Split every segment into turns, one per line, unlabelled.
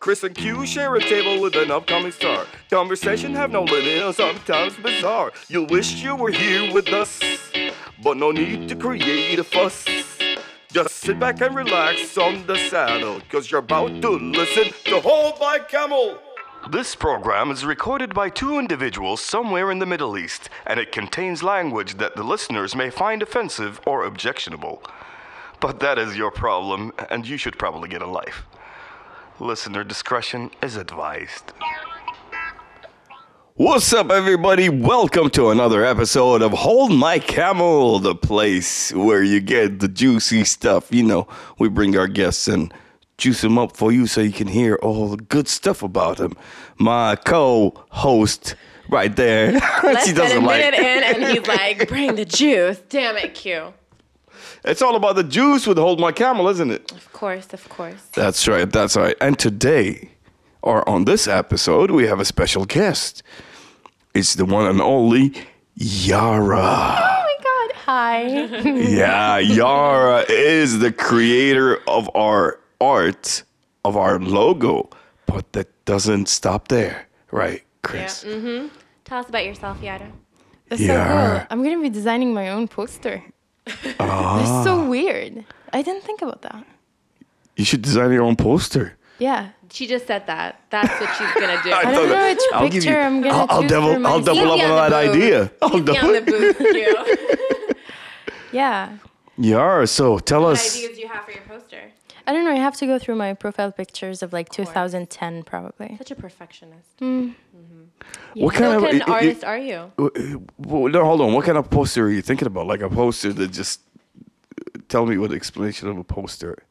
Chris and Q share a table with an upcoming star. Conversation have no limit and sometimes bizarre. You wish you were here with us, but no need to create a fuss. Just sit back and relax on the saddle, cause you're about to listen to Whole by Camel. This program is recorded by two individuals somewhere in the Middle East, and it contains language that the listeners may find offensive or objectionable. But that is your problem, and you should probably get a life. Listener discretion is advised. What's up, everybody? Welcome to another episode of Hold My Camel, the place where you get the juicy stuff. You know, we bring our guests and juice them up for you so you can hear all the good stuff about them. My co host, right there,
Less
she
than a
doesn't like
minute in, and he's like, "Bring the juice, damn it, Q."
It's all about the juice with Hold My Camel, isn't it?
Of course, of course.
That's right. That's right. And today, or on this episode, we have a special guest. It's the one and only Yara.
Oh my God! Hi.
Yeah, Yara is the creator of our art, of our logo. But that doesn't stop there, right, Chris?
mm-hmm.
Tell us about yourself, Yada.
That's so
Yeah.
cool. I'm gonna be designing my own poster. That's
Ah.
so weird. I didn't think about that.
You should design your own poster.
Yeah.
She just said that. That's what she's gonna do.
I
Keep
don't
thought-
know which picture I'm gonna
I'll, I'll
choose
double.
for my
I'll double
Keep
up
me
on
on
that
the booth.
idea. I'll
me on
double.
the booth, Q.
Yeah.
Yara, so tell
what
us.
ideas do you have for your poster?
I don't know. I have to go through my profile pictures of like 2010 probably.
Such a perfectionist.
What kind of
What kind
i-
of
i- i-
artist are you?
W- w- No, Uh, hold on. What kind of poster are you thinking about? Like a poster that just uh, tell me what the explanation of a poster.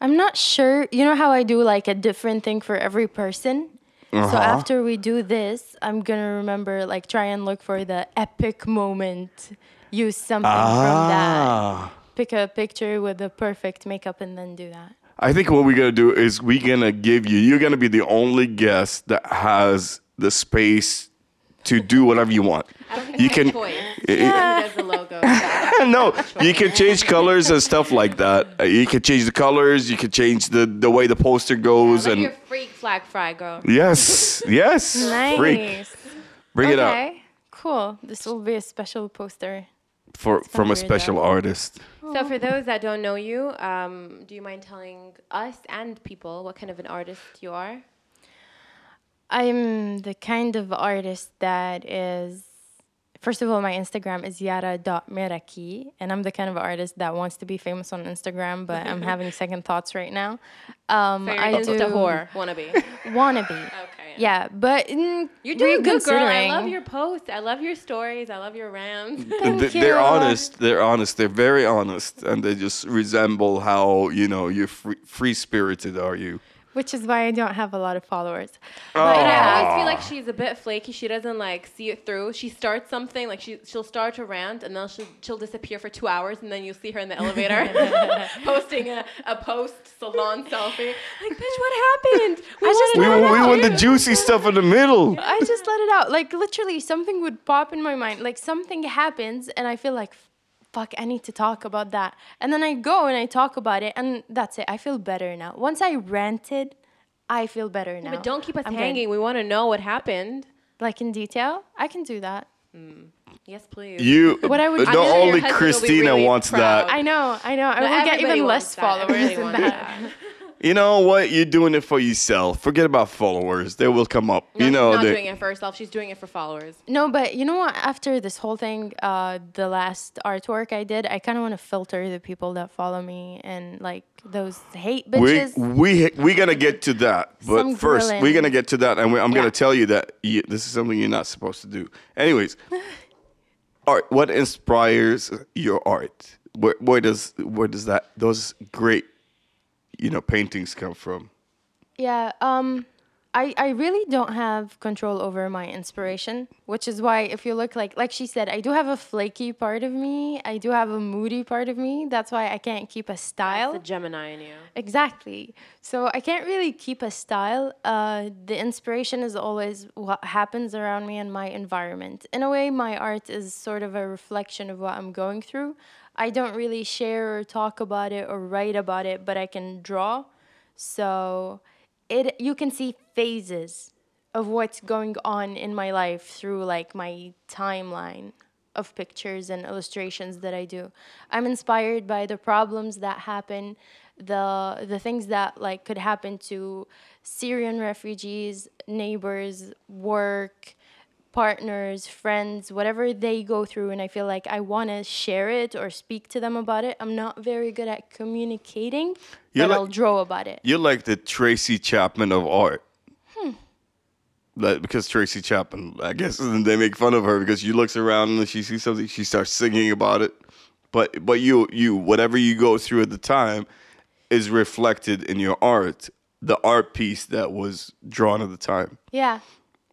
I'm not sure. You know how I do like a different thing for every person? So
Uh-huh.
after we do this, I'm gonna remember like try and look for the epic moment. Use something
Ah.
from that. Pick a picture with the perfect makeup and then do that.
I think what we're gonna do is we're gonna give you. You're gonna be the only guest that has the space to do whatever you want. You can.
Choice.
I- I-
Who does the logo? Yada.
no, you can change colors and stuff like that. Uh, You can change the colors. You can change the the way the poster goes
Let
and.
your freak flag fry, girl.
Yes, yes. Freak.
Nice.
Bring it out
Okay. Cool. This will be a special poster.
for from a
weird, though.
special artist.
So, for those that don't know you, um, do you mind telling us and people what kind of an artist you are?
I'm the kind of artist that is first of all my Instagram is yara.meraki and I'm the kind of artist that wants to be famous on Instagram but I'm having second thoughts right now. Um
Very
I do
insta whore wannabe.
wannabe.
Okay.
Yeah, but mm,
You're doing good, girl. I
reconsidering.
love your posts. I love your stories. I love your rants.
And
Thank
they- They're
you.
honest. They're honest. They're very honest, and they just resemble how you know you're free spirited. Are you?
which is why I don't have a lot of followers.
But
Aw.
I always feel like she's a bit flaky. She doesn't like see it through. She starts something like she she'll start a rant and then she'll she'll disappear for two hours and then you'll see her in the elevator posting a, a post salon selfie. Like, bitch, what happened? We
I just
wanna
We,
know
we
about
want the
you."
juicy stuff in the middle.
I just let it out. Like literally, something would pop in my mind. Like something happens, and I feel like, fuck, I need to talk about that. And then I go and I talk about it, and that's it. I feel better now. Once I ranted, I feel better now.
But don't keep us
I'm good.
hanging. We want to know what happened.
Like in detail, I can do that.
Yes, please.
You.
What I would-
not
I know your
only
husband will be
Christina
really
wants
proud.
that.
I know, I know. I will get
Everybody
even
wants
less
that.
followers
Everybody
than
wants
that.
that.
You know what? You're doing it for yourself. Forget about followers. They will come up.
No,
you know.
she's not
they-
doing it for herself. She's doing it for followers.
No, but you know what? After this whole thing, uh, the last artwork I did, I kind of want to filter the people that follow me and like those hate
we
bitches.
we we're gonna get to that but
Some
first
grilling.
we're gonna get to that and we, i'm
Yeah.
gonna tell you that you, this is something you're not supposed to do anyways art what inspires your art where, where does where does that those great you know paintings come from
Yeah, um I I really don't have control over my inspiration, which is why if you look like like she said, I do have a flaky part of me, I do have a moody part of me. That's why I can't keep a style.
The Gemini in you.
Exactly. So I can't really keep a style. Uh, the inspiration is always what happens around me and my environment. In a way, my art is sort of a reflection of what I'm going through. I don't really share or talk about it or write about it, but I can draw. So it you can see phases of what's going on in my life through like my timeline of pictures and illustrations that I do. I'm inspired by the problems that happen, the the things that like could happen to Syrian refugees, neighbors, work, partners, friends, whatever they go through and I feel like I want to share it or speak to them about it. I'm not very good at communicating,
You're
but
like-
I'll draw about it.
You're like the Tracy Chapman of art.
Hmm.
Like, because Tracy Chapman, I guess they make fun of her because she looks around and she sees something, she starts singing about it. But but you you whatever you go through at the time is reflected in your art, the art piece that was drawn at the time.
Yeah,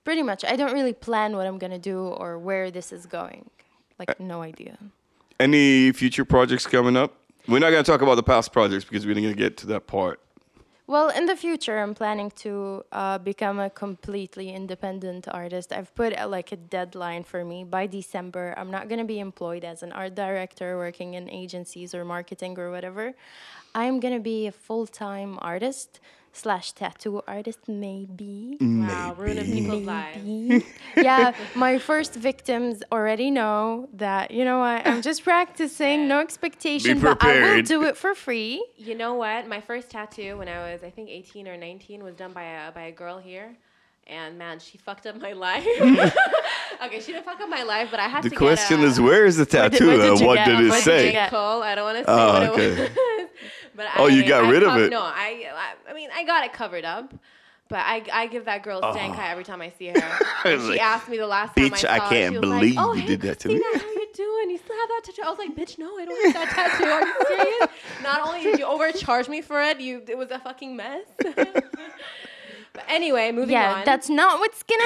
pretty much. I don't really plan what I'm gonna do or where this is going. Like, no idea.
Any future projects coming up? We're not gonna talk about the past projects because we're not gonna get to that part.
Well, in the future, I'm planning to uh, become a completely independent artist. I've put a, like a deadline for me by December. I'm not gonna be employed as an art director working in agencies or marketing or whatever. I'm gonna be a full-time artist slash tattoo artist, maybe.
Wow, ruining people's lives.
yeah, my first victims already know that, you know what, I'm just practicing, no expectation, but I will
prepared.
do it for free.
You know what? My first tattoo when I was, I think, 18 or 19 was done by a, by a girl here. And man, she fucked up my life. okay, she didn't fuck up my life, but I had
The
to
question
get a,
is, where is the
did-
tattoo
uh, what did
and
you
what
get?
did it
What did
say?
you get?
Cole, I don't want to say
Oh,
what
okay.
it was. but
Oh,
I,
you got
I
rid of
cov-
it.
No, I, I I mean, I got it covered up. But I, I give that girl stank eye every time I see her.
I
And
was
she
Ah. like,
asked me the last time I
"Bitch,
saw
I
her,
can't
she was
believe
like, oh,
you
hey,
did that to me."
Christina, How you doing? You still have that tattoo? I was like, bitch, no, I don't have that tattoo. Are you serious? Not only did you overcharge me for it, you it was a fucking mess. but anyway, moving
Yeah,
on.
that's not what's gonna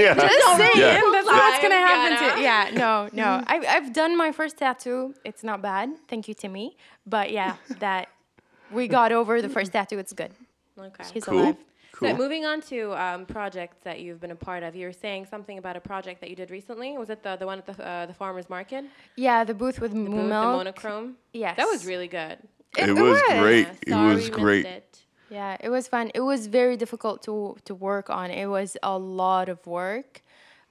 Yeah.
Just saying,
Yeah.
that's not what's gonna
Lies,
happen
gotta.
to. Yeah, no, no. I've, I've done my first tattoo. It's not bad. Thank you, Timmy. But yeah, that we got over the first tattoo. It's good.
okay.
He's
Cool.
alive.
So
Cool.
moving on to um, projects that you've been a part of, you were saying something about a project that you did recently. Was it the, the one at the, uh, the farmer's market?
Yeah, the booth with
Booth,
Moo
the
Milk.
monochrome?
Yes.
That was really good.
It, was great.
Yeah,
It
sorry we
was
missed
great.
it.
Yeah, it was fun. It was very difficult to to work on. It was a lot of work,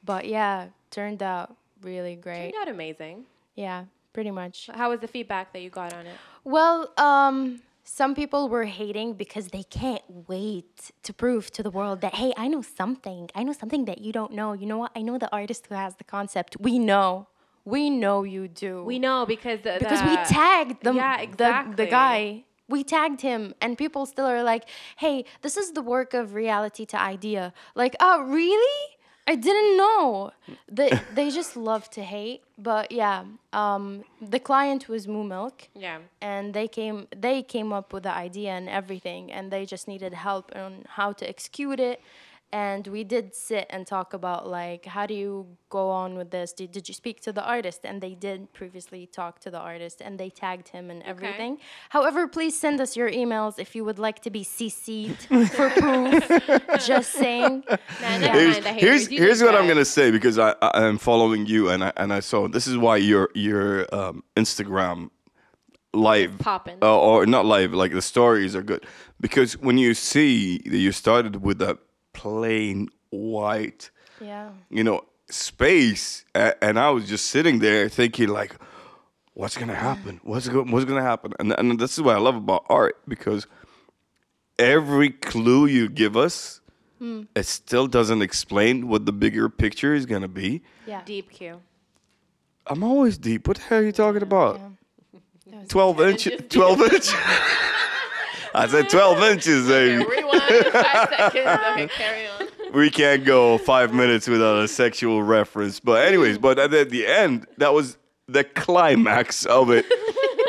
but yeah, turned out really great.
Turned out amazing.
Yeah, pretty much.
How was the feedback that you got on it?
Well, um some people were hating because they can't wait to prove to the world that hey, I know something. I know something that you don't know. You know what? I know the artist who has the concept. We know. We know you do.
We know because the,
because
the,
we tagged the,
yeah,
the
exactly.
the guy. We tagged him, and people still are like, "Hey, this is the work of reality to idea." Like, oh, really? I didn't know. They they just love to hate, but yeah. Um, the client was Moo Milk,
yeah.
and they came they came up with the idea and everything, and they just needed help on how to execute it. And we did sit and talk about like, how do you go on with this? Did, did you speak to the artist? And they did previously talk to the artist, and they tagged him and everything. However, please send us your emails if you would like to be CC'd for proof. just saying.
Nah, never
Here's,
mind the haters.
here's,
You
here's
did
what I'm
good.
gonna say because I, I am following you and I and I saw this is why your your um, Instagram live
poppin'.
uh, or not live like the stories are good because when you see that you started with a plain white
Yeah.
you know space and, and I was just sitting there thinking like what's gonna happen what's go- what's gonna happen and and this is what I love about art because every clue you give us it still doesn't explain what the bigger picture is gonna be.
Yeah.
Deep Q.
I'm always deep. What the hell are you talking about? Twelve inch, twelve inch. I said twelve inches. Baby.
Rewind five seconds. Okay, carry on.
We can't go five minutes without a sexual reference. But anyways, but at the- the end, that was the climax of it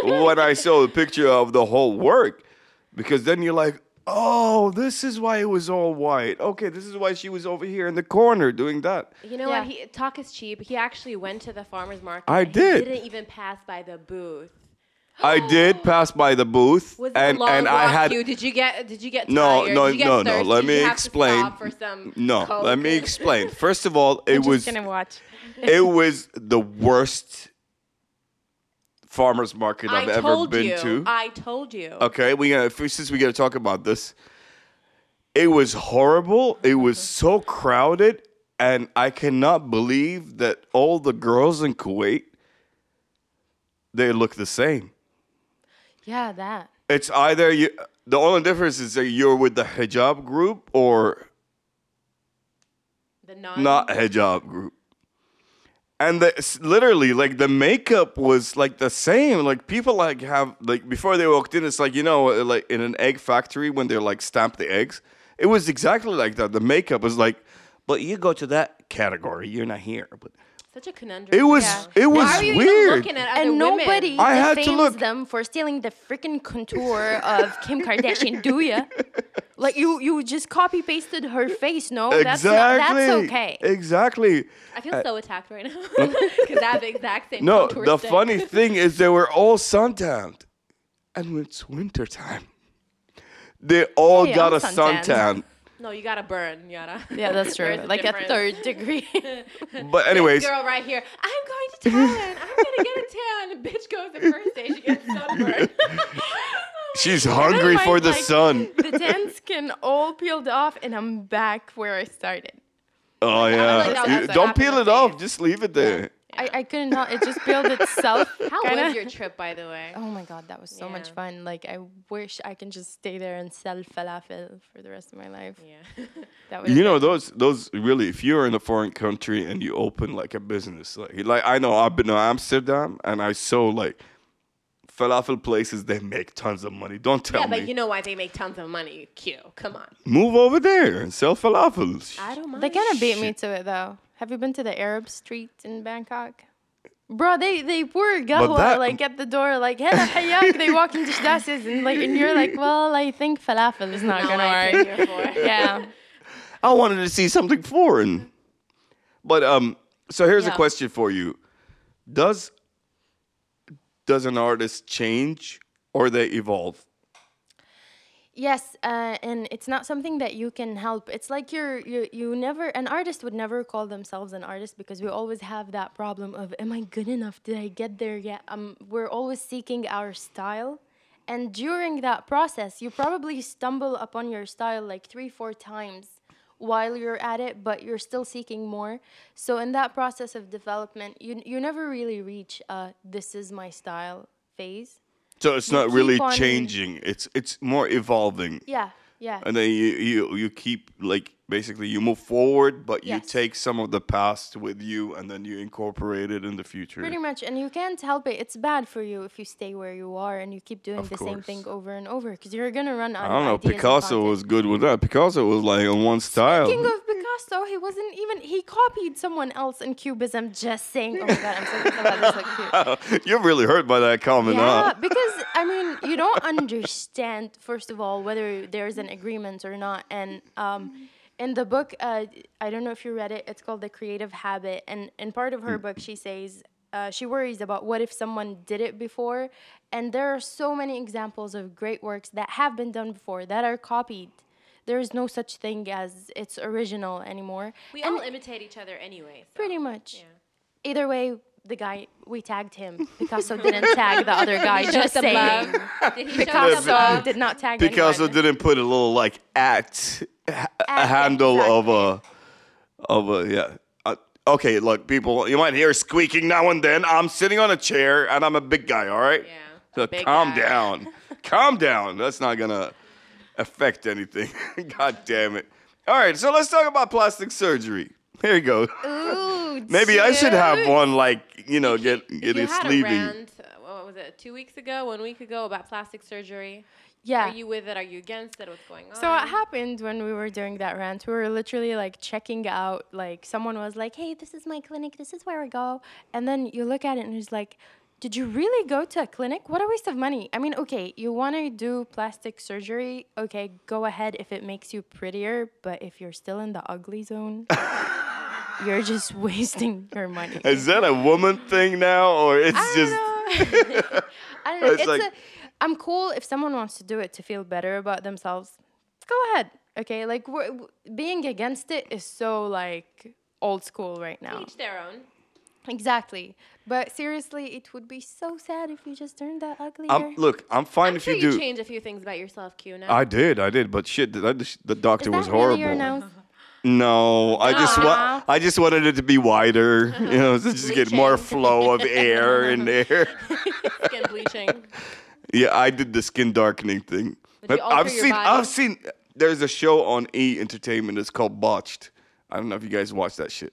when I saw the picture of the whole work, because then you're like. Oh, this is why it was all white. Okay, this is why she was over here in the corner doing that.
You know what?
Yeah.
He, talk is cheap. He actually went to the farmer's market.
I
and he
did.
didn't even pass by the booth.
I did pass by the booth,
Was it
and
a long
and
walk
I had
you? Did you get? Did you get
No,
tired?
no,
Did you get
no, no.
thirsty?
Let
Did
me
you have
explain.
To stop for some
no.
Coke?
Let me explain. First of all, it was
watch.
it was the worst farmers market
I
I've ever
told
been
you.
to.
I told you.
okay, we gonna if- since we gotta talk about this. It was horrible. It was so crowded, and I cannot believe that all the girls in Kuwait they look the same.
Yeah, that.
It's either you. The only difference is that you're with the hijab group or
The non.
not hijab group. And the, s- literally, like the makeup was like the same. Like people like have like before they walked in, it's like you know, uh, like in an egg factory when they're like stamp the eggs. It was exactly like that. The makeup was like, but you go to that category, you're not here. But
Such a conundrum.
it was it was
Why are you even
weird.
looking at other
And nobody
women?
I had to
defames
look.
them for stealing the freaking contour of Kim Kardashian, do ya? Like you, you just copy pasted her face. No, that's not,
exactly.
that's okay.
Exactly.
I feel so attacked right now because I have the exact same.
No,
contour
the
stick.
funny thing is they were all suntanned. And when it's wintertime, they all
Hey,
got
I'm
a suntan.
suntanned.
No, you gotta burn, you gotta.
yeah, that's true.
There's a
Like a
difference.
third degree.
But anyways,
Girl right here. I'm going to Thailand. I'm gonna get a tan. Bitch goes the first day she gets sunburned.
she's
Oh
hungry
Mine,
for the
like,
sun.
the tan skin all peeled off, and I'm back where I started.
Oh yeah.
like that
You-
was what
Don't
happened
peel
to
it off.
Dave.
Just leave it there.
I, I couldn't help it; just peeled itself.
How
Kinda-
was your trip, by the way?
Oh my god, that was so much
Yeah.
fun! Like I wish I can just stay there and sell falafel for the rest of my life.
Yeah.
That
You know those those really. If you're in a foreign country and you open like a business, like like I know I've been to Amsterdam and I saw like falafel places. They make tons of money. Don't tell
yeah,
me.
but you know why they make tons of money? Q. Come on.
Move over there and sell falafel.
I don't mind.
They kind of beat me to it though. Have you been to the Arab street in Bangkok? Bro, they they were gahwa
that-
like at the door, like hello hayak. they walk into dashes and like and you're like, well, I think falafel is not
Not
gonna
what I
work.
came here for.
Yeah,
I wanted to see something foreign. But um, so here's a
Yeah.
question for you: Does does an artist change or they evolve?
yes, uh, and it's not something that you can help. It's like you're you you never an artist would never call themselves an artist because we always have that problem of am I good enough? Did I get there yet? Um, we're always seeking our style. And during that process, you probably stumble upon your style like three, four times while you're at it, but you're still seeking more. So in that process of development, you you never really reach a this is my style phase.
So it's not
keep
really
on-
changing. It's it's more evolving,
Yeah, yeah.
and then you you you keep like basically you move forward, but you
Yes.
take some of the past with you, and then you incorporate it in the future.
Pretty much, and you can't help it. It's bad for you if you stay where you are and you keep doing
Of
the same thing
course.
over and over because you're gonna run out.
I don't know.
Of ideas and
Picasso
content.
was uh, good with that. Picasso was like on one style.
King of Picasso, he wasn't even. He copied someone else in Cubism. Just saying. Oh my god, I'm so glad that's so cute.
You're really hurt by that comment,
Yeah,
huh?
because I mean, you don't understand first of all whether there's an agreement or not. And um, in the book, uh, I don't know if you read it. It's called The Creative Habit, and in part of her book, she says. Uh, she worries about what if someone did it before, and there are so many examples of great works that have been done before that are copied. There is no such thing as it's original anymore.
We
And
all imitate each other anyway. so.
Pretty much. Either way, the guy we tagged him. Picasso didn't tag the other guy. Just
Some love.
saying.
Did he show some
Picasso
love?
did not tag
Picasso
anyone.
didn't put a little like at, a
At,
handle of a of a yeah. Uh, okay, look, people, you might hear squeaking now and then. I'm sitting on a chair and I'm a big guy. All right.
Yeah,
So
a big
calm
guy.
down, calm down. That's not gonna affect anything. God damn it. All right, so let's talk about plastic surgery. Here you go.
Ooh,
Maybe I should have
dude.
one, like you know, get
You
get a
had a
sleeving.
rant. uh, What was it? Two weeks ago, one week ago, about plastic surgery.
Yeah.
Are you with it? Are you against it? What's going on?
So what happened when we were doing that rant? We were literally like checking out. Like someone was like, "Hey, this is my clinic. This is where I go." And then you look at it and it's like, "Did you really go to a clinic? What a waste of money." I mean, okay, you want to do plastic surgery? Okay, go ahead if it makes you prettier. But if you're still in the ugly zone, you're just wasting your money.
Is that a woman thing now, or it's
I
just?
don't know. I don't know.
It's
It's,
like-
a, I'm cool if someone wants to do it to feel better about themselves. Go ahead. Okay, like we're, w- being against it is so like old school right now.
Each their own.
Exactly. But seriously, it would be so sad if you just turned that uglier.
I'm, look, I'm fine
I'm
if
sure
you
you,
do.
change a few things about yourself, Q.
I did, I did, but shit, that, the
Is
doctor
that
was
really
horrible.
your nose?
No, I just
Aw.
Uh-huh.
want I just wanted it to be wider, you know, to just get more
Reaching.
flow of air in there.
skin bleaching.
yeah, I did the skin darkening thing.
But you
I've- I've
alter your
seen
body?
I've seen there's a show on E Entertainment that's called Botched. I don't know if you guys watch that shit.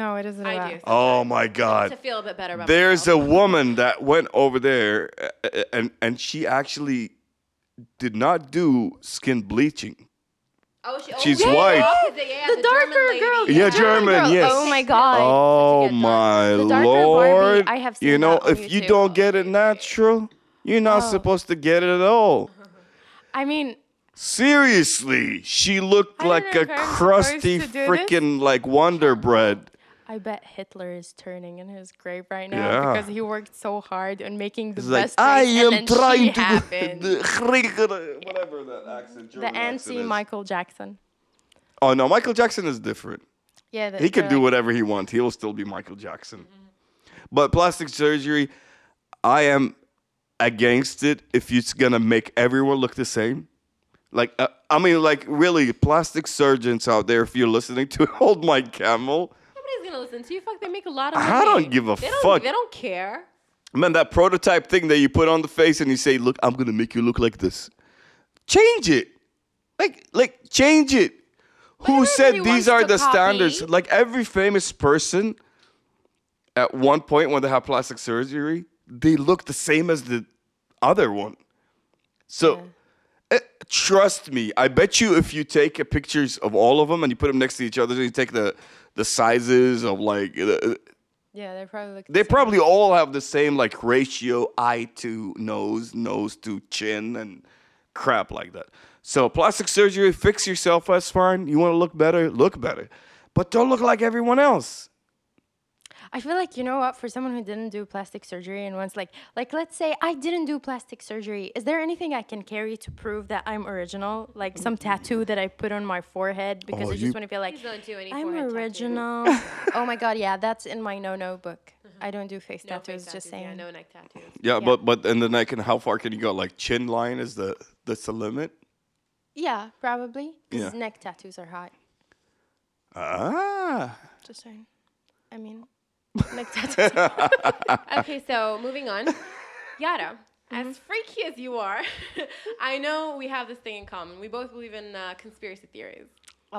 No, it isn't.
I
about-
do.
Oh my
to
god.
feel a bit better about
There's
myself.
a woman that went over there uh, uh, and and she actually did not do skin bleaching.
Oh, she, oh,
she's
yeah,
white.
yeah, yeah,
The,
the German
darker
lady.
girl. the
Yeah,
darker
German,
girl.
yes.
Oh my god.
Oh
Such a good
my
dark- the darker Barbie,
lord!
I have
you
seen
know,
that on
if you don't
YouTube.
get it natural, you're not
Oh. Uh-huh.
supposed to get it at all.
I mean,
Seriously, she looked
I don't
like
know
a
if I'm supposed
crusty
to do this.
freaking like Wonder Bread.
I bet Hitler is turning in his grave right now
Yeah.
because he worked so hard on making the
It's like
best
I
race, and
am
then
trying
she
to
happened.
the Grieg- whatever that accent. German
the anti
accent is.
Michael Jackson.
Oh no, Michael Jackson is different.
Yeah, the,
He could
the,
do
like,
whatever he wants. He'll still be Michael Jackson. But plastic surgery, I am against it if it's gonna make everyone look the same. Like, uh, I mean, like, really, plastic surgeons out there, if you're listening to Hold My Camel,
Nobody's gonna listen to you. Fuck, they make a lot of money.
I don't give a
they don't,
fuck.
They don't care.
man, that prototype thing that you put on the face and you say, "Look, I'm gonna make you look like this," change it. Like, like, change it. Who
everybody
said these
wants
are
to
the standards?
copy.
Like every famous person, at one point when they have plastic surgery, they look the same as the other one. So, eh, trust me, I bet you if you take a pictures of all of them and you put them next to each other and you take the the sizes of like the,
Yeah, they probably look.
they probably all have the same like ratio eye to nose, nose to chin, and crap like that. So plastic surgery, fix yourself. That's fine. You want to look better, look better, but don't look like everyone else.
I feel like you know what? For someone who didn't do plastic surgery and once like like let's say I didn't do plastic surgery, is there anything I can carry to prove that I'm original? Like some tattoo that I put on my forehead because
Oh,
I
you-
just want to feel like
Mm-hmm. Please don't do any
I'm
forehead tattoos.
original. oh my god, yeah, that's in my no no book. I don't do face
Mm-hmm. No fake
tattoos. Just
tattoos,
saying.
Yeah, no neck tattoos.
Yeah, but but and then I can. How far can you go? Like chin line is the that's the limit.
Yeah, probably. 'cause
Yeah.
neck tattoos are hot.
Ah,
Just saying. I mean, neck tattoos.
Okay, so moving on. Yara, as freaky as you are, I know we have this thing in common. We both believe in uh, conspiracy theories.
Oh.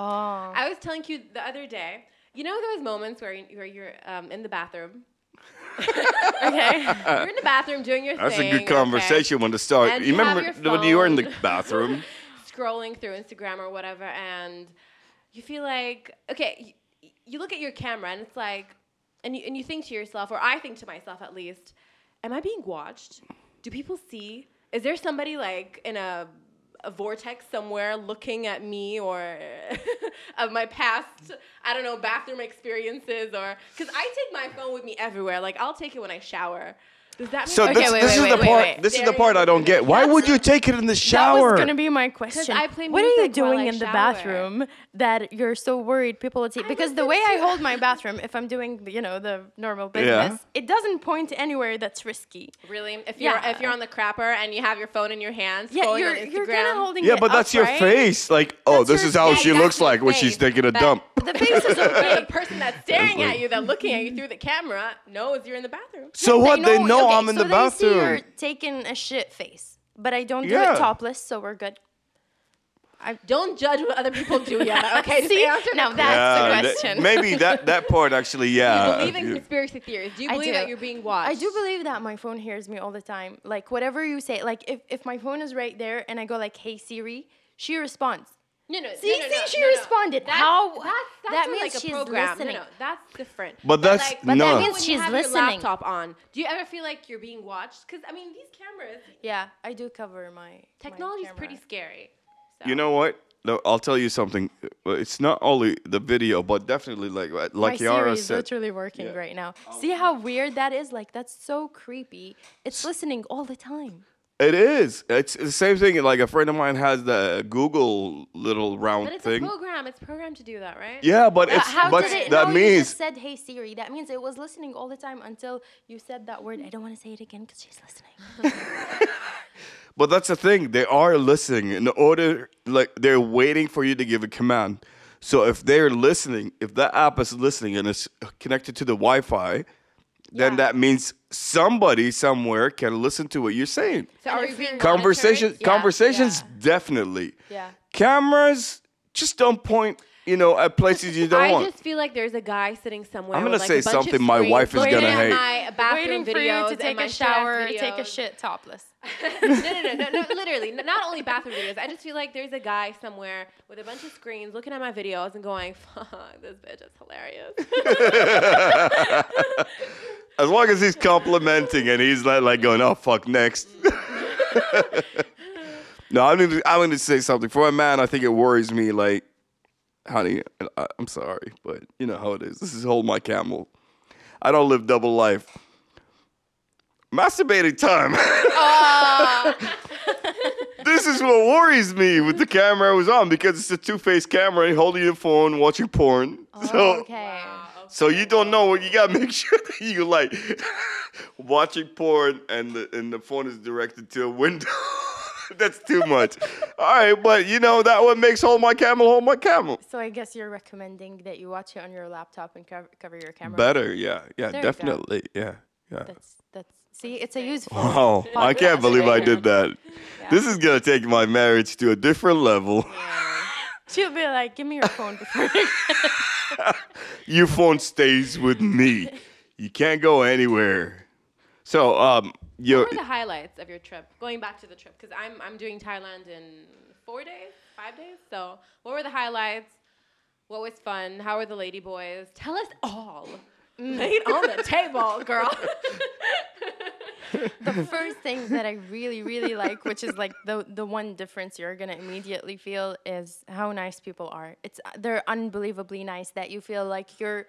I was telling you the other day, you know those moments where, you, where you're um, in the bathroom? okay. You're in the bathroom doing your
that's
thing.
a good conversation when to start.
And
you
you have
remember
your
when you were in the
phone.
bathroom?
Okay? Scrolling through Instagram or whatever, and you feel like, okay, you, you look at your camera and it's like, and you, and you think to yourself, or I think to myself at least, am I being watched? Do people see? Is there somebody like in a a vortex somewhere looking at me or of my past, I don't know, bathroom experiences or because I take my phone with me everywhere. Like I'll take it when I shower. Does that mean
So this, this
wait, wait,
is the
wait,
part.
wait.
This is
There
the part
you
I don't
go.
get. Why would you take it in the
That
shower?
was gonna be my question.
I play
what are you
music while
doing
I
in the
shower.
bathroom that you're so worried people would see? Because the
listen
way I
to-
hold my bathroom, if I'm doing you know the normal business, it doesn't point anywhere that's risky.
Really? If you're
Yeah.
if you're on the crapper and you have your phone in your hand,
Yeah,
scrolling
you're
on Instagram,
you're kind of holding.
Yeah,
it
but
up,
that's your
right?
face. Like, oh,
That's
this
your
is how
face.
she
That's
looks
your
like when she's
face.
taking a
But-
dump.
The face is okay.
the person that's staring
like-
at you, that's looking at you through the camera, knows you're in the bathroom.
So what? They know,
okay,
I'm in
so
the
they see
bathroom.
you're taking a shit face, but I don't do
Yeah.
it topless, so we're good.
Don't judge what other people do, Yana. Okay, just
See,
answer the
now
question.
Yeah,
that's the
that-
question.
maybe that that part actually. Yeah.
Do you believe in
Uh, Yeah.
conspiracy theories? Do you
I
believe
do.
that you're being watched?
I do believe that my phone hears me all the time. Like whatever you say, like if, if my phone is right there and I go like, "Hey Siri," she responds.
No, no, no,
See,
no,
see,
no,
she
no, no.
responded.
That's,
How-
That's, that's
that
not
means
like a
she's
program.
listening.
No, no, that's different.
But that's
like,
But that no.
means
when
she's
you have
listening.
Your laptop on. Do you ever feel like you're being watched? Because I mean, these cameras,
Yeah, I do cover my
technology's
my
pretty
camera.
scary. So.
You know what? No, I'll tell you something. Uh, It's not only the video, but definitely like like
My Siri
Yara
is
said.
literally working
Yeah.
right now. See how weird that is? Like that's so creepy. It's listening all the time.
It is. It's the same thing. Like a friend of mine has the Google little round
But it's
thing.
a program. It's programmed to do that, right?
Yeah, but
Uh,
it's
how
but
did it
that
know you
means
just said hey Siri? That means it was listening all the time until you said that word. I don't want to say it again because she's listening.
But that's the thing. They are listening in order, like, they're waiting for you to give a command. So if they're listening, if that app is listening and it's connected to the Wi Fi, then
Yeah.
that means somebody somewhere can listen to what you're saying.
So
And
are
if
you
you're
being
Conversation,
monitored? Yeah.
conversations, definitely.
Yeah.
Cameras, just don't point, you know, at places you don't
I
want.
just feel like there's a guy sitting somewhere.
I'm
with,
gonna
like,
say
a bunch of
something my
screens
wife is
looking
gonna
at
hate.
My bathroom
Waiting for you
videos
to
and
take
my
a
chef
shower, take a
videos.
shit topless.
no, no, no, no, no, literally. n- Not only bathroom videos. I just feel like there's a guy somewhere with a bunch of screens looking at my videos and going, fuck, this bitch is hilarious.
As long as he's complimenting and he's not like going, oh fuck next. no, I'm gonna, I'm gonna say something. For a man, I think it worries me. Like, honey, I, I'm sorry, but you know how it is. This is hold my camel. I don't live double life. Masturbating time. this is what worries me with the camera I was on because it's a two-faced camera holding your phone, watching porn. so
okay.
Uh,
so you don't know what you gotta make sure that you like watching porn and the and the phone is directed to a window. That's too much. All right, but you know that one makes hold my camel, hold my camel.
So I guess you're recommending that you watch it on your laptop and cover, cover your camera.
Better, yeah, yeah,
There you go.
definitely, yeah, yeah.
That's that's see, it's a useful.
Wow, I can't believe I did that. This is gonna take my marriage to a different level.
She'll be like, give me your phone before. you-"
Your phone stays with me. You can't go anywhere. So, um, you're.
What are the highlights of your trip? Going back to the trip, because I'm I'm doing Thailand in four days, five days. So what were the highlights? What was fun? How were the lady boys? Tell us all. Lay it on the table, girl.
the first thing that I really really like, which is like the the one difference you're gonna immediately feel is how nice people are. It's they're unbelievably nice that you feel like you're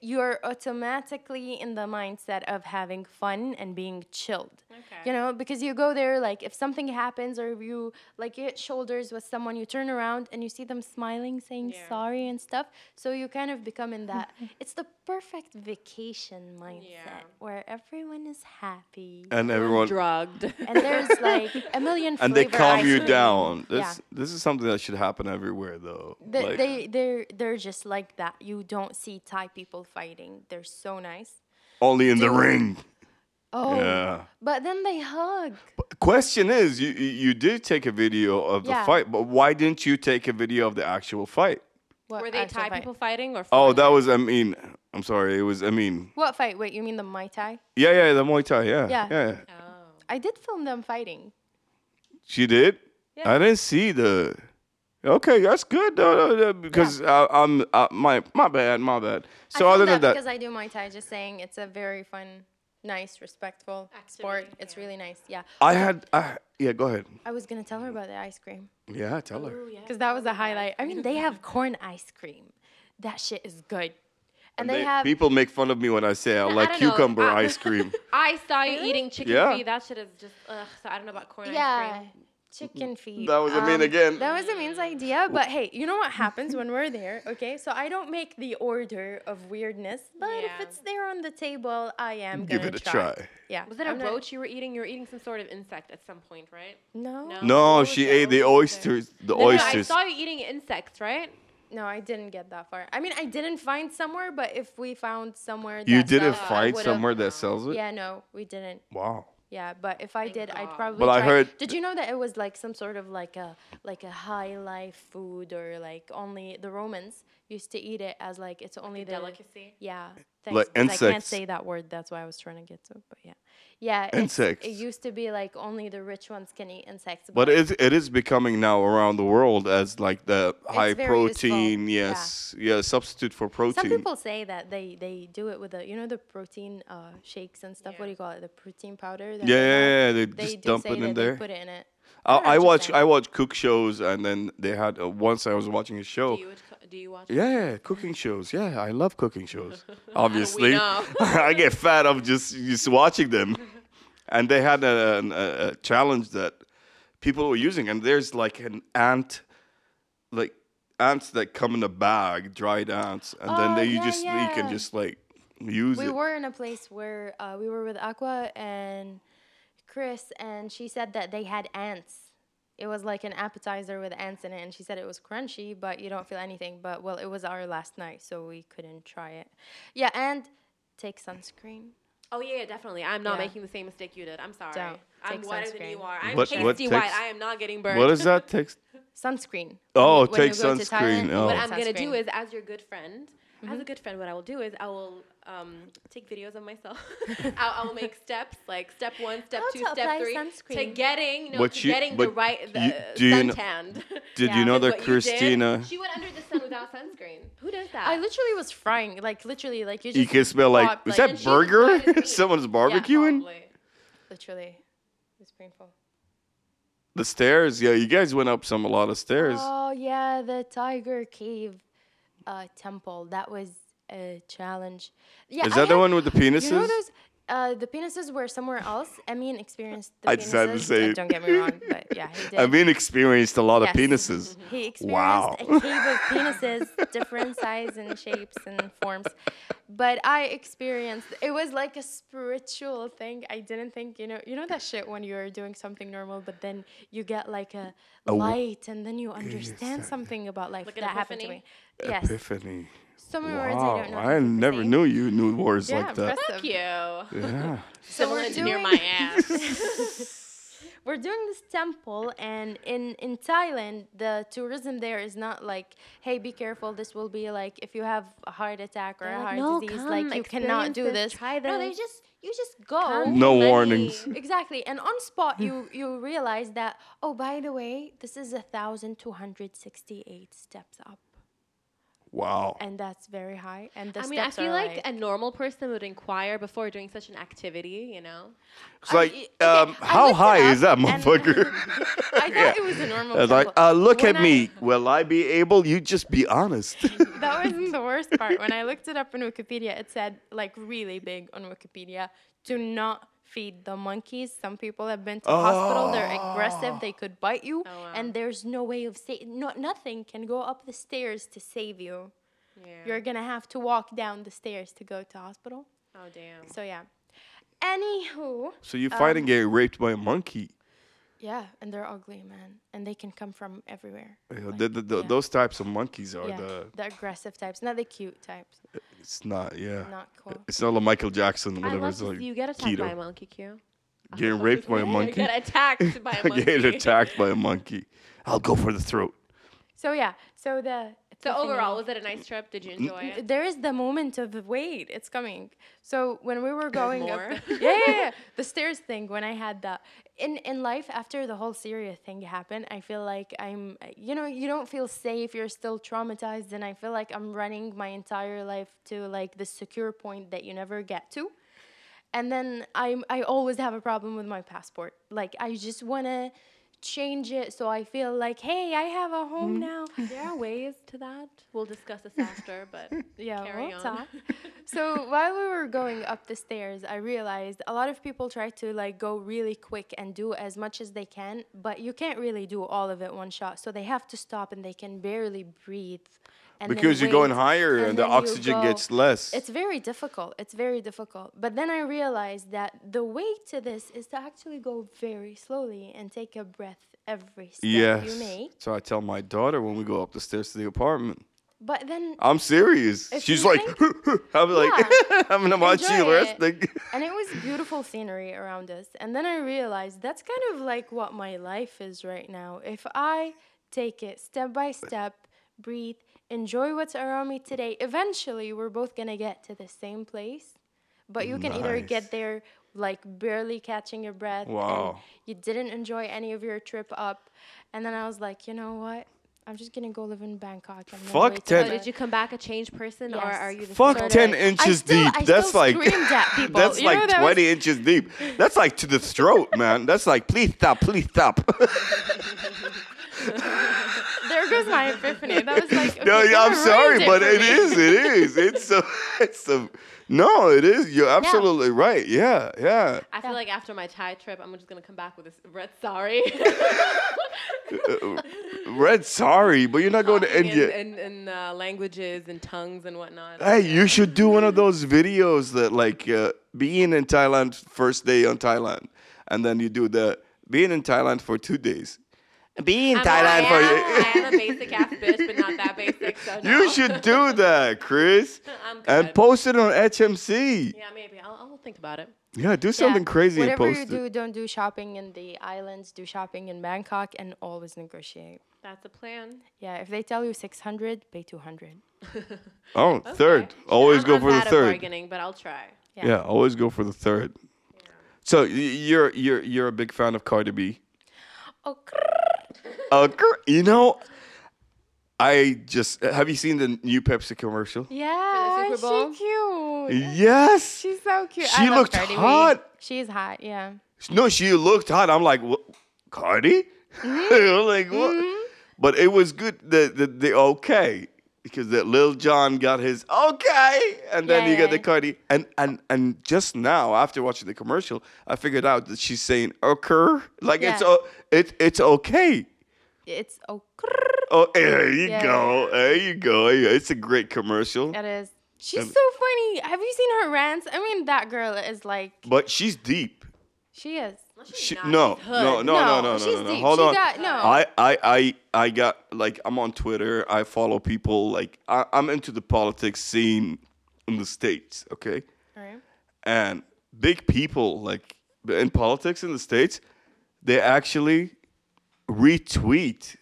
you're automatically in the mindset of having fun and being chilled.
Okay.
You know, because you go there like if something happens or you like you hit shoulders with someone, you turn around and you see them smiling, saying
Yeah.
sorry and stuff. So you kind of become in that. it's the perfect vacation mindset where everyone is happy
and everyone.
Drugged.
and there's like a million
and they
flavor
calm
ice
you
cream.
down. This
yeah.
this is something that should happen everywhere, though.
They,
Like,
they they're they're just like that. You don't see Thai people fighting. They're so nice.
only in the
do-
ring.
Oh,
Yeah.
but then they hug.
Question is, you you you did take a video of the
Yeah.
fight, but why didn't you take a video of the actual fight?
What,
Were they
actual
Thai
fight?
people fighting or?
Oh,
foreign?
that was I mean, I'm sorry, it was I mean,
What fight? Wait, you mean the Muay Thai?
yeah, yeah, the Muay Thai, yeah,
Yeah.
yeah.
Oh.
I did film them fighting.
She did.
Yeah.
I didn't see the. Okay, that's good though, though, though, because I, I'm uh, my my bad, my bad. So
I
other
filmed
than that,
because I do Muay Thai, just saying it's a very fun, nice, respectful sport.
Activity,
It's really nice. Yeah,
I had I yeah, go ahead.
I was gonna tell her about the ice cream
Yeah, tell her.
Ooh, yeah.
because that was a highlight. I mean, they have corn ice cream. That shit is good. And, they,
They-
have
people make fun of me when I say I like
don't know.
cucumber
I-
ice cream.
I saw you eating chicken
Yeah.
feet. That shit is just. Ugh, so I don't know about corn ice
Yeah.
cream.
Chicken feet.
That was a mean
Um,
again.
That was Amin's idea, but hey, you know what happens when we're there, okay? So I don't make the order of weirdness, but
Yeah.
if it's there on the table, I am
Give
gonna
it a try.
Yeah.
Was it a
I'm not-
roach you were eating? You were eating some sort of insect at some point, right?
No, no.
No.
No,
What was
she
that?
ate the
What was that?
oysters. The
No, no, I
oysters.
saw you eating insects, right?
I didn't get that far. I mean, I didn't find somewhere, but if we found somewhere,
you
that
didn't
sells- I
find
would've-
somewhere that sells it.
Yeah, no, we didn't.
Wow.
Yeah, but if I did, I'd
God.
probably.
But I
try-
heard-
Did you know that it was like some sort of like a like a high life food or like only the Romans used to eat it as like it's only the
Delicacy.
Yeah.
Like
Thanks. because I can't
insects.
say that word. That's why I was trying to get to. it, But yeah, yeah. it's-
Insects.
It used to be like only the rich ones can eat insects.
But it is, it is becoming now around the world as like the high
very
protein,
useful, yeah.
yes, yeah. substitute for protein.
some people say that they they do it with the you know the protein uh, shakes and stuff. What do you call it? The protein powder. that
yeah,
they
yeah,
have?
yeah, yeah, They,
They
just
do
dump
say
it in
that
there.
they put it in it.
I,
don't know,
I
just
watch
saying.
I watch cook shows, and then they had uh, once I was watching a show.
Do you, would co- do you watch?
Yeah, cooking shows. Yeah, I love cooking shows. Obviously,
know.
I get fat of just just watching them. and they had a, an- a, a challenge that people were using, and there's like an ant, like ants that come in a bag, dried ants, and then
Oh,
they, you
yeah,
just you can
yeah.
just like use
we
it.
were in a place where uh, we were with Aqua and Chris, and she said that they had ants. It was like an appetizer with ants in it, and she said it was crunchy, but you don't feel anything. But well, it was our last night, so we couldn't try it. Yeah, and take sunscreen.
Oh yeah, yeah, definitely. I'm not
Yeah.
making the same mistake you did. I'm sorry.
Don't.
I'm
Take
whiter than you
sunscreen.
are. I'm
What-
pasty
what
white.
takes-
I am not getting burned.
What is that text?
Sunscreen.
Oh,
When you
take
go to
sunscreen.
Thailand,
Oh.
you
what
need
I'm gonna do
sunscreen. Mm-hmm.
is, as your good friend, as a good friend, what I will do is I will um, take videos of myself. I, I will make steps like step one, step
How
two,
to
step
apply
three to
sunscreen.
getting no,
What
to
you-
getting the
but
right the,
you-
uh,
do you kn-
suntanned.
Did
Yeah.
you know
Is
that
what you did?
Christina?
She went under the sun without sunscreen. Who does that?
I literally was frying, like literally, like you just.
You can smell like
walked,
is
and
that
she was white as
burger?
meat.
Someone's barbecuing
Probably.
literally? It's painful.
the stairs. Yeah, you guys went up some a lot of stairs.
Oh yeah, the Tiger Cave uh, temple. That was a challenge. Yeah,
is
I
that the
had-
one with the penises?
You know those? Uh, the penises were somewhere else. I mean, experienced the
I
penises.
decided to say
uh,
it.
Don't get me wrong, but yeah, he did.
I mean, experienced a lot
Yes. Mm-hmm.
of penises.
he experienced
Wow.
a cave of penises, different size and shapes and forms. But I experienced it was like a spiritual thing. I didn't think, you know, you know that shit when you're doing something normal, but then you get like a light and then you understand something about life.
Like an
that happened to me.
epiphany?
Yes.
Epiphany.
So many words I
Wow,
don't know.
I,
how to
never
say.
knew you knew words
Yeah,
like that.
impressive.
Fuck you.
Yeah.
So
Civil
we're
engineer
doing-
my ass.
we're doing this temple and in in thailand the tourism there is not like hey be careful this will be like if you have a heart attack or a heart disease like you cannot do this no they just you just go
No warnings.
exactly and on
Hmm.
spot you you realize that oh by the way this is a thousand two hundred sixty eight steps up
Wow.
and that's very high and the
I mean, I
steps
feel
are
like, a normal person would inquire before doing such an activity, you know?
It's like,
I- I-
um,
I
how
looked it
high is that
up
motherfucker?
I thought
Yeah.
it was a normal.
It's like,
temple.
uh, look
When
at
I- Um,
me. Will I be able? You just be honest.
That wasn't the worst part. When I looked it up on Wikipedia, it said like really big on Wikipedia, do not feed the monkeys. Some people have been to hospital, they're aggressive, they could bite you,
Oh, wow.
and there's no way of sa- no, nothing can go up the stairs to save you.
Yeah.
You're going to have to walk down the stairs to go to hospital.
oh, damn.
So yeah. Anywho,
so you fighting getting raped by a monkey?
yeah, and they're ugly, man, and they can come from everywhere.
You know, the- the- the- Those types of monkeys are
Oh,
Yeah,
the.
the aggressive types, not the cute types.
It's not. Yeah.
Not cool.
It's not like Michael Jackson.
I
Whatever.
love
it's
to
like
see you get attacked
keto.
by a monkey, Q.
Getting raped by a
You
monkey.
get attacked by a monkey.
Getting attacked by a monkey. I'll go for the throat.
So yeah, so the
So
epiphany-
overall, was it a nice trip? Did you enjoy it?
there is the moment of wait, it's coming. So when we were going up,
more?
the- yeah, yeah, yeah, the stairs thing. When I had that in in life after the whole Syria thing happened, I feel like I'm, you know, you don't feel safe. You're still traumatized, and I feel like I'm running my entire life to like the secure point that you never get to. And then I I always have a problem with my passport. Like I just wanna change it so I feel like hey, I have a home now.
There are ways to that. We'll discuss this after, but
Yeah,
carry on.
we'll talk. so while we were going up the stairs, I realized a lot of people try to like go really quick and do as much as they can, but you can't really do all of it one shot. So they have to stop and they can barely breathe. And then
Because you're going
wait,
higher and the
then you
oxygen
go.
gets less.
It's very difficult. It's very difficult. But then I realized that the way to this is to actually go very slowly and take a breath every step
yes.
you make.
So I tell my daughter when we go up the stairs to the apartment.
But then
I'm serious.
If
She's
you
like,
think-
I'm like,
Yeah.
I'm gonna watch
Enjoy
you
it.
resting.
and it was beautiful scenery around us. And then I realized that's kind of like what my life is right now. If I take it step by step, breathe, enjoy what's around me today, eventually we're both going to get to the same place. But you can either
Nice.
get there like barely catching your breath and
Wow.
you didn't enjoy any of your trip up. And then I was like, you know what? I'm just going to go live in Bangkok. And then
Fuck
wait
ten-
So
till
did you come back a changed person, or
Yes.
are you the
Fuck
same?
ten
Like,
inches
still-
deep.
I
that's
still
like
screamed at people.
that's
You know,
like
that was-
twenty inches deep. That's like to the throat, man. That's like please stop, please stop.
there goes my epiphany. That was like okay,
No,
you
yeah, I'm
ruined
sorry, but
for
it
me.
is. It is. It's a. It's a. No, it is. You're absolutely right. Yeah, yeah.
I feel like after my Thai trip, I'm just gonna come back with this red sorry.
Red, sorry, but you're not going to
and
India.
and, and uh, languages and tongues and whatnot.
Hey, you should do one of those videos that like uh, being in Thailand first day on Thailand, and then you do the being in Thailand for two days. Being in
I'm-
Thailand
I am, I
for
am a basic ass bitch, but not that basic. So no.
you should do that, Chris,
I'm
and
good.
post it on HMC. Yeah,
Yeah, maybe. I'll, I'll think about it.
do
Yeah.
something crazy
Whatever
and post
you
it.
do, don't do shopping in the islands. Do shopping in Bangkok and always negotiate.
That's a plan.
Yeah, if they tell you 600, pay 200.
Oh, third, always
I'm,
go
I'm
for the
bad at
third.
bargaining, but I'll try.
Yeah. always go for the third. So y- you're you're you're a big fan of Cardi B.
Oh,
Uh, gr- you know, I just have you seen the new Pepsi commercial?
yeah,
Super Bowl?
she's cute.
Yes.
She's so cute.
She
I love
looked
Cardi B.
hot.
She's hot. Yeah.
No, she looked hot. I'm like, what? Cardi?
Mm-hmm.
I'm like what? But it was good. The the, the okay because that Lil John got his okay, and then
Yeah,
you get
yeah.
the Cardi, and and and just now after watching the commercial, I figured out that she's saying occur like it's
Yeah.
o- it it's okay.
It's oh.
Oh, there you
Yeah,
go, there you go. Yeah, It's a great commercial,
That is. She's
Um,
so funny. Have you seen her rants? I mean, that girl is like
but she's deep.
she is.
She,
not.
no,
She's hood.
no, no, no, no, no,
she's
no, no.
deep.
Hold
she
on.
Got, no.
I, I, I, I got like I'm on Twitter. I follow people. Like I, I'm into the politics scene in the states. Okay,
Alright.
and big people like in politics in the states, they actually retweet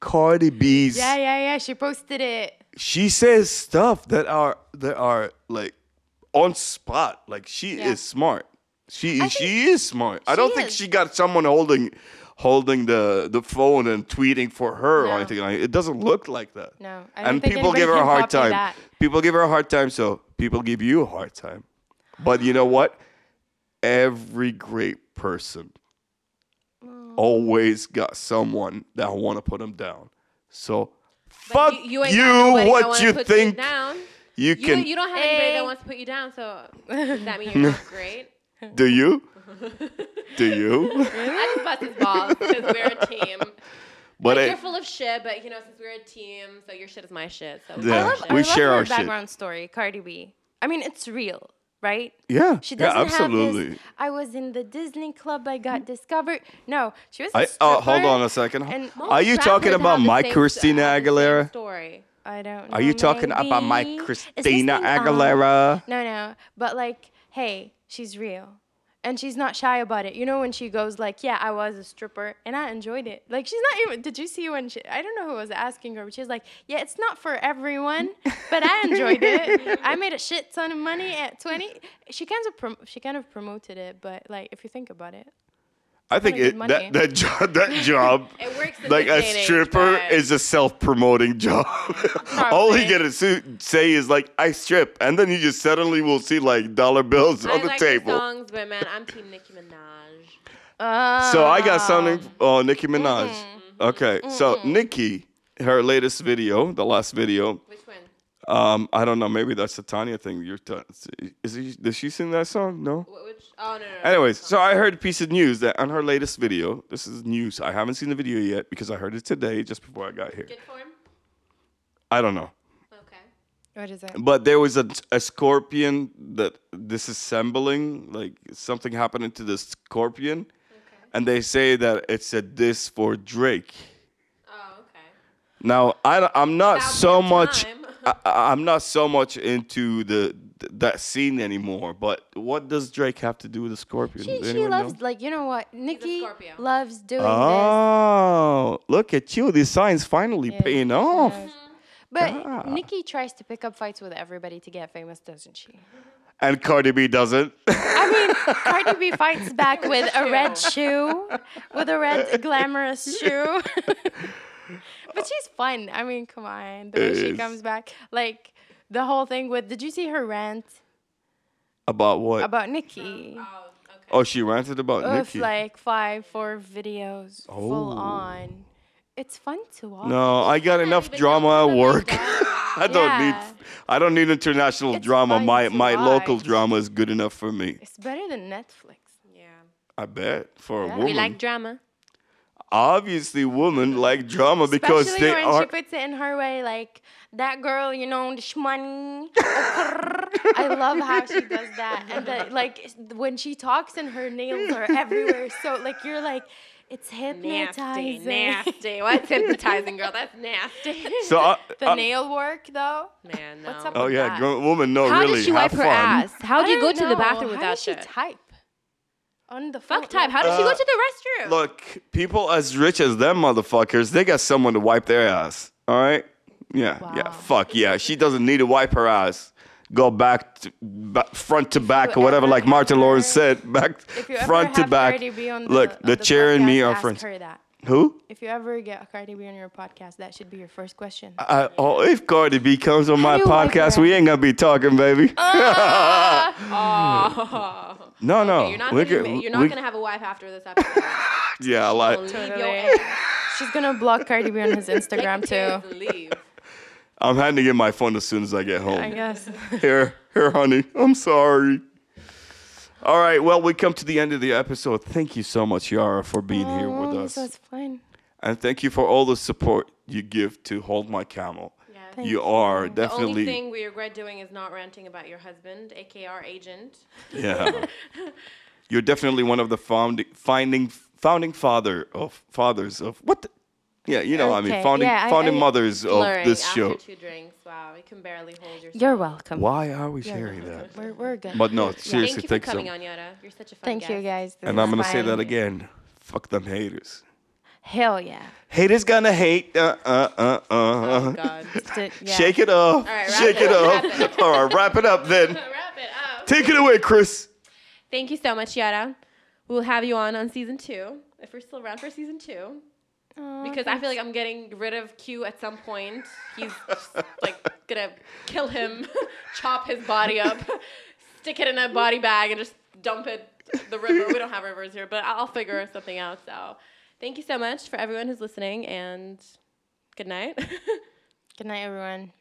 Cardi B's.
Yeah, yeah, yeah. She posted it.
She says stuff that are that are like on spot. Like she
Yeah.
is smart. She
I
she is smart. I
she
don't think
is.
she got someone holding holding the the phone and tweeting for her
No.
or anything like it doesn't look like that.
No, I don't
And
think
people give her a
anybody can
hard
copy
time.
that.
People give her a hard time, so people give you a hard time. But you know what? Every great person always got someone that want to put them down. So fuck
But
you,
ain't got nobody that
what
wanna
you
put
think
down.
you
You,
can Eh.
you don't have anybody
Hey.
that wants to put you down, so does that mean you're not great?
Do you? Do you?
I just bust his balls because we're a team.
But
You're
I,
full of shit, but you know, since we're a team, so your shit is my shit. So
Yeah,
I love,
we
I love
share
her
our shit.
background story, Cardi B. I mean, it's real, right?
yeah,
She
yeah,
doesn't
absolutely.
have this. I was in the Disney club. I got discovered. No, she was. a
I uh, hold
stripper,
on a second.
and
Are you
Most
talking
rappers
about
have the
my
same-
Christina
have the same
Aguilera?
Story.
I don't.
Are
know,
you talking about my
maybe. Is this um,
Christina
thing on?
Aguilera?
No, no. But like, hey, she's real. And she's not shy about it. You know when she goes like, "Yeah, I was a stripper and I enjoyed it." Like she's not even. Did you see when she? I don't know who was asking her, but she was like, "Yeah, it's not for everyone, but I enjoyed it. I made a shit ton of money at 20." She kind of prom- she kind of promoted it, but like if you think about it,
I think
good
it,
money.
that that job that job
It works in
like
this
a
day and age,
stripper
but-
is a self-promoting job. All he
Probably.
gonna su- say is like I strip, and then you just suddenly will see like dollar bills on
I
the
like
table.
The songs, but man, I'm Team Nicki Minaj.
So I got something. Oh, Nicki Minaj. Mm-hmm. Okay, so Nicki, her latest video, the last video.
Which one?
Um, I don't know. Maybe that's the Tanya thing. You're t- is he, does she sing that song? No.
Wh- Which? Oh no, no. no.
Anyways, so I heard a piece of news that on her latest video, this is news. I haven't seen the video yet because I heard it today, just before I got here.
Good form.
I don't know,
Okay.
what is that?
but there was a, a scorpion that disassembling, like something happening to the scorpion, and they say that it's a diss for Drake.
Oh, okay.
Now I, am not
About
so
damn
much.
time.
I, I- I'm not so much into the th- that scene anymore. But what does Drake have to do with the Scorpion?
She,
Does
she
anyone
loves
know?
like you know what Nikki
Scorpio.
loves doing this.
Oh, look at you! These signs finally
Yeah,
paying
she
off.
knows. But
God.
Nikki tries to pick up fights with everybody to get famous, doesn't she?
And Cardi B doesn't.
I mean, Cardi B fights back with a red shoe, with a red glamorous shoe. but she's fun. I mean, come on, the way
It
she
is.
comes back, like the whole thing with. Did you see her rant
about what?
about Nikki?
Oh, okay.
oh, she ranted about
Oof,
Nicki.
like five, four videos full
Oh.
on. it's fun to watch.
No, I got enough
even
drama at
know
work.
something
I don't
Yeah.
need I don't need international
It's
drama.
fine
My
to
my local
watch.
drama is good enough for me.
It's better than Netflix.
Yeah.
I bet for a
Yeah.
We
We
woman.
like drama.
Obviously, women like drama because
Especially
they
when
are.
she puts it in her way, like that girl, you know, the shmoney. I love how she does that, and that like it's- when she talks and her nails are everywhere. So like you're like, it's
Nasty,
hypnotizing.
nasty. What's hypnotizing, girl? That's nasty.
So uh, I,
the
I-
nail work though.
Man, no.
What's up
Oh
with
yeah,
that?
grown woman. No,
How
really.
does she wipe
have
her
fun.
ass? How do
I
you go
don't
to the
know.
bathroom
How
without
does she
shit?
type on the phone?
Fuck type. How
Like,
does she go
Uh,
to the restroom?
Look, people as rich as them motherfuckers, they got someone to wipe their ass. All right. Yeah. Yeah.
Wow.
Fuck yeah. She doesn't need to wipe her ass. Go back, to, ba- front to back,
you
or whatever,
ever
like Martin
have
Lawrence
her-
said. Back,
if you
front
ever
to
have
back.
Cardi B on
Look, the,
on
chair and me
podcast,
are
ask
friends.
her that.
Who?
If you ever get Cardi B on your podcast, that should be your first question.
I, oh, if Cardi B comes on my
do you wipe your
podcast, we ain't gonna be talking, baby.
oh.
no, no.
Okay, you're not,
we
gonna,
could-
ma- you're not
we-
gonna have a wife after this episode.
Yeah, like.
Leave
Totally.
your ass.
She's gonna block Cardi B on his Instagram
Take
too.
the keys and Leave.
I'm handing in my phone as soon as I get home.
I guess.
Here, here, honey. I'm sorry. All right. Well, we come to the end of the episode. Thank you so much, Yara, for being here with us,
Oh, So it's fun.
and thank you for all the support you give to Hold My Camel.
Yes.
Thank
You are
The only
definitely,
thing we regret doing is not ranting about your husband, aka our agent.
yeah. You're definitely one of the founding, finding, founding father of fathers of what? The, yeah, you know, I mean,
Okay,
founding,
yeah, I-
founding
I-
mothers of
Slurring
this
after
show.
two drinks. Wow, you can barely hold yourself.
You're welcome.
Why are we sharing that?
We're, we're good.
But no,
Thank
seriously,
you for
thanks.
coming
so-
on, Yara. You're such a fun
Thank
guest.
you guys. This
And
was
I'm gonna say
fun.
that again. Fuck them haters.
Hell yeah.
Haters gonna hate. Uh uh uh uh.
Oh, God.
Did- yeah.
Shake it up.
right, wrap
Shake it
it up,
up.
wrap it
All right, wrap it up then.
Wrap it up.
Take it away, Chris.
Thank you so much, Yara. We'll have you on on season two if we're still around for season two.
Aw,
Because I feel like I'm getting rid of Q at some point. He's just, like gonna kill him, chop his body up, stick it in a body bag, and just dump it the river. We don't have rivers here, but I'll figure something out. So, thank you so much for everyone who's listening, and good night.
Good night, everyone.